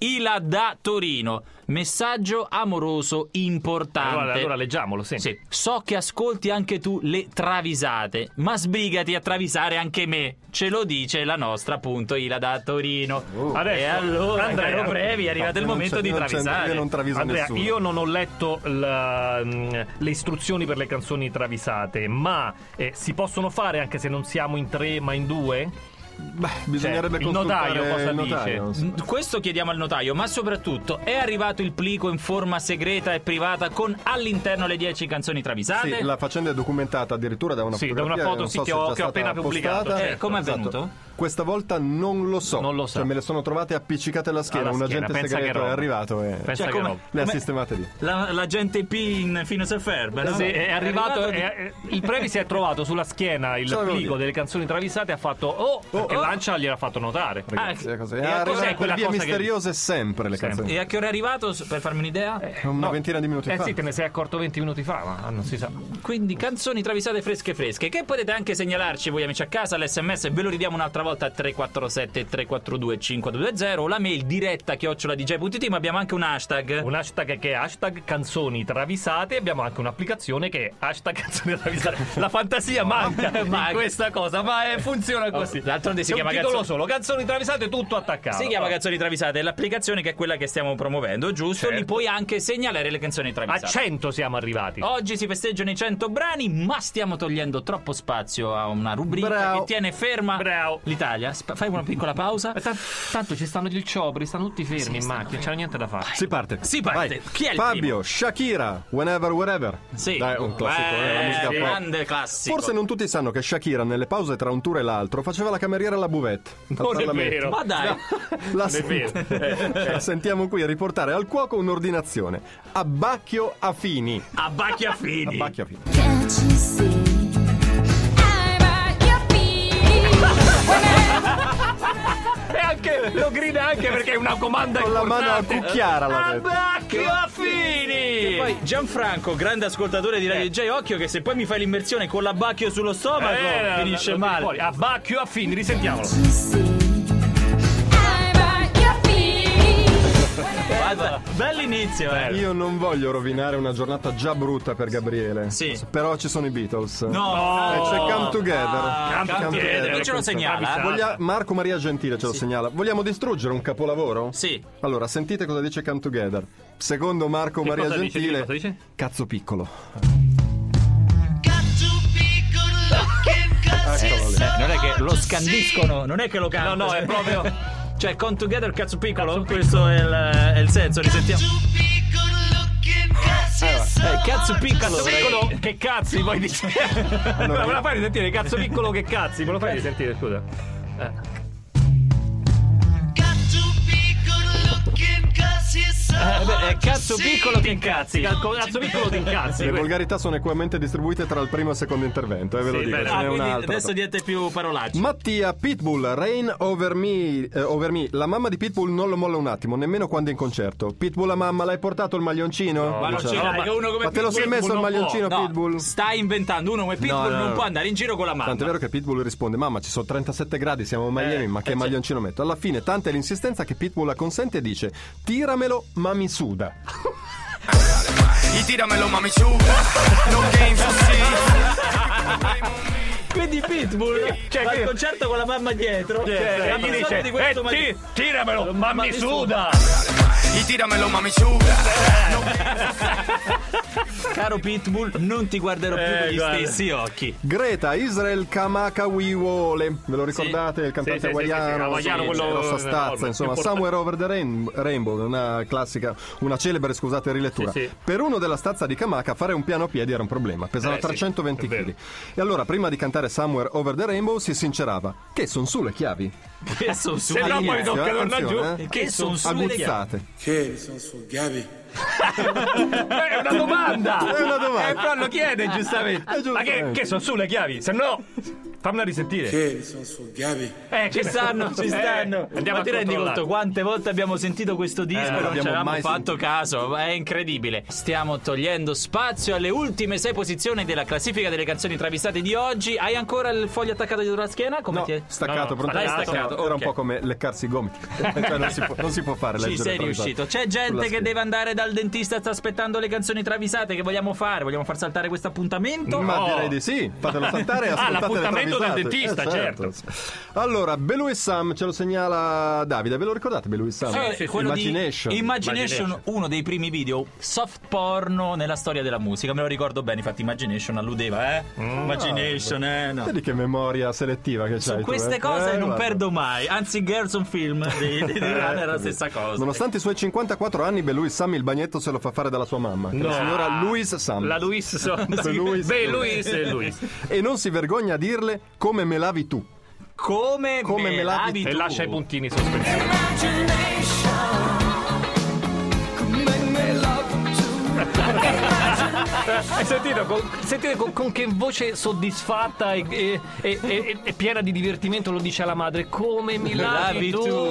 Ila da Torino, messaggio amoroso importante. Allora, allora leggiamolo, senti. Sì. So che ascolti anche tu le travisate, ma sbrigati a travisare anche me. Ce lo dice la nostra, appunto, Ila da Torino. Oh. Adesso, e allora, Andrea, caro Brevi, è arrivato no, il non momento c'è- di non c'è- travisare. io non traviso Andrea, nessuno. io non ho letto la- mh, le istruzioni per le canzoni travisate, ma eh, si possono fare anche se non siamo in tre ma in due? Eh, Beh, bisognerebbe cioè, il consultare notaio cosa il notaio. dice? sì. Mm, Questo chiediamo al notaio, ma soprattutto è arrivato il plico in forma segreta e privata con all'interno le 10 canzoni travisate? Sì, la faccenda è documentata addirittura da una Sì, da fotografia una foto, non sì, so che se è ho- già che ho stata appena pubblicato, postata. certo. Eh, com'è Esatto. avvenuto? Questa volta non lo so. Non lo sa. Cioè, me le sono trovate appiccicate alla schiena. Alla un schiena, agente pensa che segreto è roba. arrivato e Pensa Cioè, che come- roba. le ha come- sistemate lì. La, l'agente P in Finos e Ferb, no? Sì, è arrivato, di- è- è- il Previ si è trovato sulla schiena il Ce l'avevo plico io. delle canzoni travisate e ha fatto oh, perché oh. Lancia gliel'ha fatto notare. Ragazzi, Ah, è così. e È a arrivato cos'è per Eh, quella vie cosa che- misteriose sempre le Sempre. canzoni. E a che ora è arrivato? s- Per farmi Eh, un'idea? Una No. ventina di minuti eh fa. sì, te ne sei accorto 20 minuti fa, ma non si sa. Quindi canzoni travisate fresche fresche che potete anche segnalarci voi amici a casa l'sms e ve lo ridiamo un'altra volta a 347 342 5220 o la mail diretta chiocciola.dj.it ma abbiamo anche un hashtag Un hashtag che è hashtag canzoni travisate. Abbiamo anche un'applicazione che è hashtag canzoni travisate. La fantasia manca Ma- in questa cosa, ma eh, funziona così. Oh, d'altronde si È chiama un titolo canzoni- Ah, solo, canzoni travisate, tutto attaccato. si chiama Oh. Canzoni Travisate, è l'applicazione che è quella che stiamo promuovendo, giusto? Certo. Lì puoi anche segnalare le canzoni A travisate. Oh. 100 siamo arrivati. Oggi si festeggiano i 100 brani, ma stiamo togliendo troppo spazio a una rubrica Bravo. che tiene ferma Bravo. l'Italia. Sp- fai una piccola pausa. Eh, Tanto, ci stanno gli scioperi, stanno tutti fermi in macchina, c'è niente da fare. Si parte. Si parte. Vai. Chi è il Fabio, primo? Shakira, Whenever, Wherever. Sì. Dai, un classico, Beh, eh, la musica pop. grande classico. Forse non tutti sanno che Shakira nelle pause tra un tour e l'altro faceva la cameriera alla buvette. al Non è Parlamento. vero. Ma dai, La, Non è vero. Eh, la sentiamo qui a riportare al cuoco un'ordinazione. Abbacchio a fini. a Bacchiafini. Abbacchio a fini. Can't you see? I'm at your feet. E anche lo grida anche perché è una comanda Con la mano a importante. cucchiara l'ha detto. E Abacchiafini! poi Gianfranco, grande ascoltatore di Radio Eh. J, occhio che se poi mi fai l'immersione con l'abbacchio sullo stomaco Eh, finisce lo tiri male. fuori. Abacchiafini, risentiamolo. Can't you see? I'm at your feet. Guarda, bell'inizio, eh. Io non voglio rovinare una giornata già brutta per Gabriele. Sì. Però ci sono i Beatles. No, Eh, E c'è Come Together. Ah, Come Together. Chi ce lo segnala? Bravi, Voglia- Marco Maria Gentile ce lo segnala. Vogliamo distruggere un capolavoro? Sì. Allora, sentite cosa dice Come Together. Secondo Marco Che Maria cosa dice? Gentile, Cosa dice? cazzo piccolo. Got to be good looking cause Eccolo he's lì. so Eh, Non è che hard lo to see. scandiscono, non è che lo cantano. No, no, è proprio- Cioè, con Together cazzo piccolo, questo è il, è il senso, Got risentiamo. to be good looking cause he's so Eh, cazzo hard to piccolo, see. Piccolo, che cazzi vuoi dire? Allora, me la fai eh, risentire, cazzo piccolo che cazzi, me lo fai risentire, scusa. Got to be good looking cause he's so Eh, beh, è hard to cazzo see. piccolo che Ah, incazzi. Cazzo, cazzo piccolo ti incazzi. Le que- volgarità sono equamente distribuite tra il primo e il secondo intervento, eh, ve lo Sì, dico. beh, ce Ah, n'è quindi un'altra. adesso dite più parolacce. Mattia Pitbull, Rain over me, eh, over me. La mamma di Pitbull non lo molla un attimo, nemmeno quando è in concerto. Pitbull, la mamma, l'hai portato il maglioncino? Ma non Dice, ce no, l'hai, ma- che uno come ma te lo sei Pitbull messo il non può. maglioncino, No, Pitbull? stai inventando uno come Pitbull, no, non no. può andare in giro con la mano. Tant'è vero che Pitbull risponde: Mamma, ci sono 37 gradi, siamo a Eh, Miami, ma certo. che maglioncino metto? Alla fine, tanta è l'insistenza che Pitbull acconsente e dice: Tiramelo, ma mi suda. Y tíramelo, mami chupa. No games, you see. Quindi Pitbull Cioè, fa che- il concerto con la mamma dietro. Eh, Cioè, gli la dice, canzone di questo eh, ma- ti- tiramelo, ma mi mi suda. Y tíramelo, mami chupa. Caro Pitbull, non ti guarderò più Eh, con gli guarda. stessi occhi. Greta Israel Kamaka Wiwole, ve lo ricordate? Il cantante Sì, sì, sì, sì, sì, hawaiano, hawaiano, quello- rossa enorme, stazza, insomma, importante. Somewhere Over the Rain- Rainbow, una classica, una celebre, scusate, rilettura. Sì, sì. Per uno della stazza di Kamaka fare un piano a piedi era un problema, pesava Eh, sì, 320 è vero. kg. E allora, prima di cantare Somewhere Over the Rainbow, si sincerava, che sono su le chiavi, Che sono su Se no poi All'inizio, tocca eh, tornare attenzione, giù. eh. Che sono su le chiavi. aguzzate. Che sono sul Gavi? Eh, È una domanda. È una domanda. Eh, però lo chiede giustamente. Eh, Ma giustamente. che, che sono su le chiavi? Se no, Fammela risentire. Che sono sughiavi. Eh, Ci stanno, ci stanno. Eh, Ma andiamo a ti rendi controllare. conto quante volte abbiamo sentito questo disco non e non ci l'abbiamo avevamo mai fatto caso? È incredibile. Stiamo togliendo spazio alle ultime sei posizioni della classifica delle canzoni travisate di oggi. Hai ancora il foglio attaccato dietro la schiena? Come No, ti è? staccato, No, no, pronto? staccato, staccato, Era un ok. po' come leccarsi i gomiti. Cioè, non, si può, non si può fare Ci leggere sei travisate riuscito. C'è sulla gente che schiena. deve andare dal dentista, sta aspettando le canzoni travisate. Che vogliamo fare? Vogliamo far saltare questo appuntamento? Ma No. direi di sì, fatelo saltare e Oh. Ah, l'appuntamento del ascoltate le travisate. Eh, certo. dentista, certo. Allora, Belu e Sam ce lo segnala Davide, ve lo ricordate Belu e Sam? Eh, quello di Imagination. Imagination, Imagination. uno dei primi video soft porno nella storia della musica. Me lo ricordo bene, infatti, Imagination alludeva, eh? Imagination, eh? No. Ah, Vedi che memoria selettiva che c'hai Su tu, queste eh? cose Eh, non guarda. Eh, perdo mai. Anzi, Girls on Film di, di, di Rana era la stessa cosa. Nonostante i suoi 54 anni, beh, lui Sam il bagnetto se lo fa fare dalla sua mamma, che è No. la signora Louise Sam. La Luis sono... Sì, Luis. Beh, Luis e Luis. E non si vergogna a dirle come me lavi tu. come, Come me lavi lavi E tu? lascia i puntini sospesi. Hai sentito con, sentite con, con che voce soddisfatta e, e- e- e- e piena di divertimento lo dice alla madre Come mi Me lavi tu,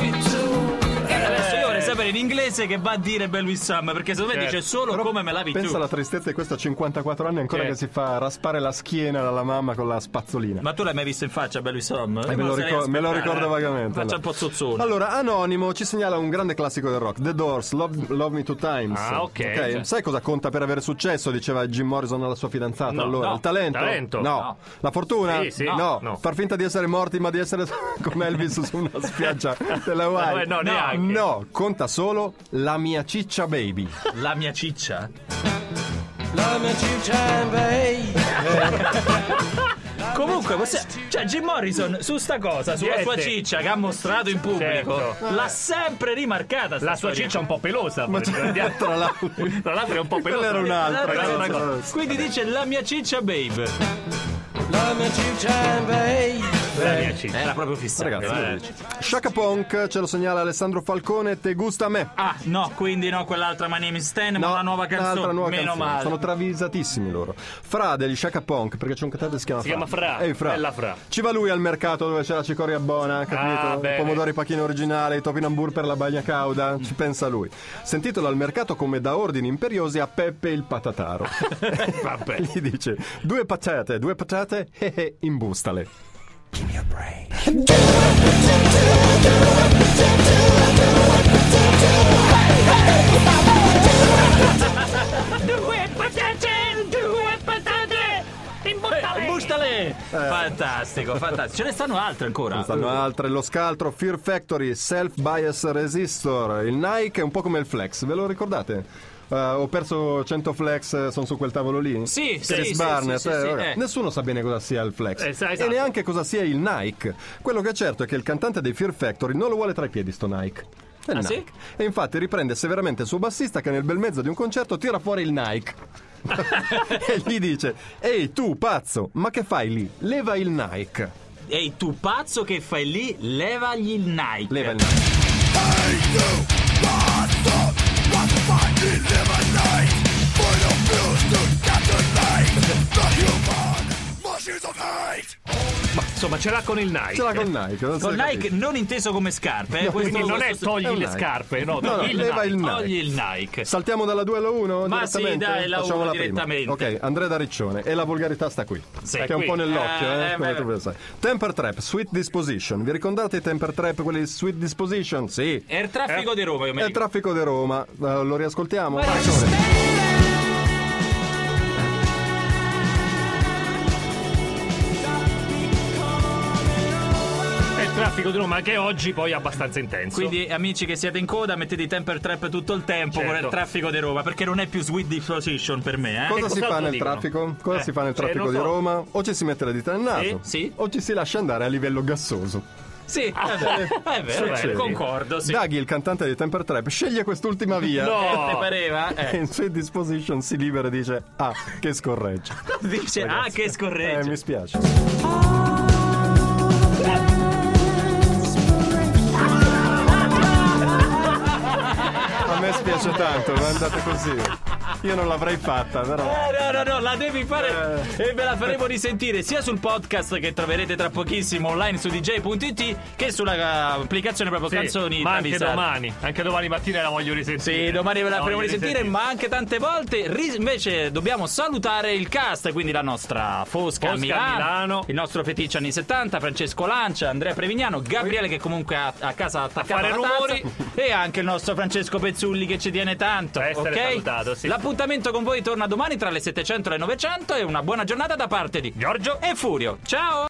Eh, Adesso io vorrei sapere in inglese che va a dire Bell Sam perché secondo me Certo. dice solo Però come me lavi Pensa tu. alla tristezza di questo a 54 anni ancora Sì. che si fa raspare la schiena dalla mamma con la spazzolina. Ma tu l'hai mai visto in faccia Bell Sam? Eh, me, lo ricor- me lo ricordo vagamente. Faccia allora. un po' zozzone. Allora, Anonimo ci segnala un grande classico del rock, The Doors, Love, Love Me Two Times. Ah, ok. Cioè. Sai cosa conta per avere successo? Diceva Jim Morrison alla sua fidanzata. No, allora, no. il talento? Talento. No. No. La fortuna? Sì, sì. No. No, no. Far finta di essere morti, ma di essere come Elvis su una spiaggia della Hawaii. Eh, no, neanche. No, conta solo la mia ciccia baby. La mia ciccia. Comunque, possiamo- cioè, Jim Morrison su sta cosa, sulla Niente. sua ciccia che ha mostrato in pubblico, Certo. l'ha sempre rimarcata. sta La sua storia. ciccia è un po' pelosa Ma poi, c'è tra l'altro. Tra l'altro è un po' Quella pelosa ecco, era un'altra. Era un'altra cazzo. Quindi dice la mia ciccia, babe. La Eh. mia ciccia Era proprio Cioè, fissata. Ragazzi, eh. Shaka Punk ce lo segnala Alessandro Falcone, te gusta a me. Ah, no, quindi no, quell'altra My Name is Stan, ma una nuova un'altra canzone. nuova Meno canzone. male. Sono travisatissimi loro. Fra degli Shaka Punk, perché c'è un cantante che si chiama Si Fra. chiama Fra. Ehi, Fra. Bella Fra. Ci va lui al mercato dove c'è la cicoria buona, capito? Ah, I bene. Mm. pomodori pachino originale, i topinambur per la bagna cauda. Ci pensa lui. Sentitelo al mercato come da ordini imperiosi a Peppe il patataro. Vabbè Gli dice: Due patate, due patate, eh, eh, imbustale. Due patate, due patate, in bocca Eh, Bustale! Fantastico, fantastico. Ce ne stanno altre ancora. Stanno altre, lo scaltro, Fear Factory, Self Bias Resistor, il Nike è un po' come il Flex, ve lo ricordate? Eh, ho perso 100 flex, eh, sono su quel tavolo lì? Sì, sì, Chris sì, Barnett, sì, sì, sì, eh, ora, eh. Nessuno sa bene cosa sia il flex Eh, sa- e esatto. neanche cosa sia il Nike. Quello che è certo è che il cantante dei Fear Factory non lo vuole tra i piedi sto Nike. È il Ah, sì? Nike. E infatti riprende severamente il suo bassista che nel bel mezzo di un concerto tira fuori il Nike. e gli dice: Ehi tu pazzo, ma che fai lì? Leva il Nike. Ehi, tu pazzo che fai lì, levagli il Nike. Leva il Nike. Insomma ce l'ha con il Nike Ce l'ha con Nike. Non Con si è Nike capito. non inteso come scarpe, eh. questo, Quindi non è questo- togli è un le Nike. scarpe No, No, no, il leva Nike. il Nike. Togli il Nike. Saltiamo dalla 2 alla 1? Ma sì, dai, la Facciamo uno prima. direttamente. Ok, Andrea da Riccione. E la volgarità sta qui. Sì, che è qui. un po' nell'occhio, eh, Eh, come beh, tu beh. lo sai. Temper Trap, Sweet Disposition. Vi ricordate i Temper Trap, quelli di Sweet Disposition? Sì. È il traffico di Roma, io È mi il ricordo. traffico di Roma. Eh, Lo riascoltiamo? Ah, Vai, Sore. È il traffico di Roma che oggi poi è abbastanza intenso Quindi, amici che siete in coda, mettete i temper trap tutto il tempo Certo. con il traffico di Roma, perché non è più sweet disposition per me, eh. Cosa E si fa cos'altro nel dicono? traffico? Cosa Eh, si fa nel cioè, traffico non di so. Roma? O ci si mette la dita nel naso? Sì, sì. O ci si lascia andare a livello gassoso. Sì, è vero, è vero, Succede. concordo, sì. Daghi, il cantante di Temper Trap, sceglie quest'ultima via. No. Eh, ti pareva? E Eh. in Sweet Disposition si libera e dice: Ah, che scorreggia. Dice, ah, che Eh, scorreggio. mi spiace. A me spiace tanto, ma è andata così. Io non l'avrei fatta, però. Eh, no, no, no, la devi fare Eh. e ve la faremo risentire sia sul podcast che troverete tra pochissimo online su dj.it che sulla eh, applicazione proprio Sì, canzoni ma anche travisate. domani, anche domani mattina la voglio risentire. Sì, domani ve la faremo voglio risentire, ma anche tante volte ri- invece dobbiamo salutare il cast, quindi la nostra Fosca, a Fosca a Milano, Milano. il nostro feticcio anni 70, Francesco Lancia, Andrea Prevignano, Gabriele che comunque ha a casa attaccato fare la tazza, rumori. e anche il nostro Francesco Pezzulli che ci tiene tanto, Per essere ok? salutato, sì. L'appuntamento con voi torna domani tra le 700 e le 900 e una buona giornata da parte di Giorgio e Furio. Ciao!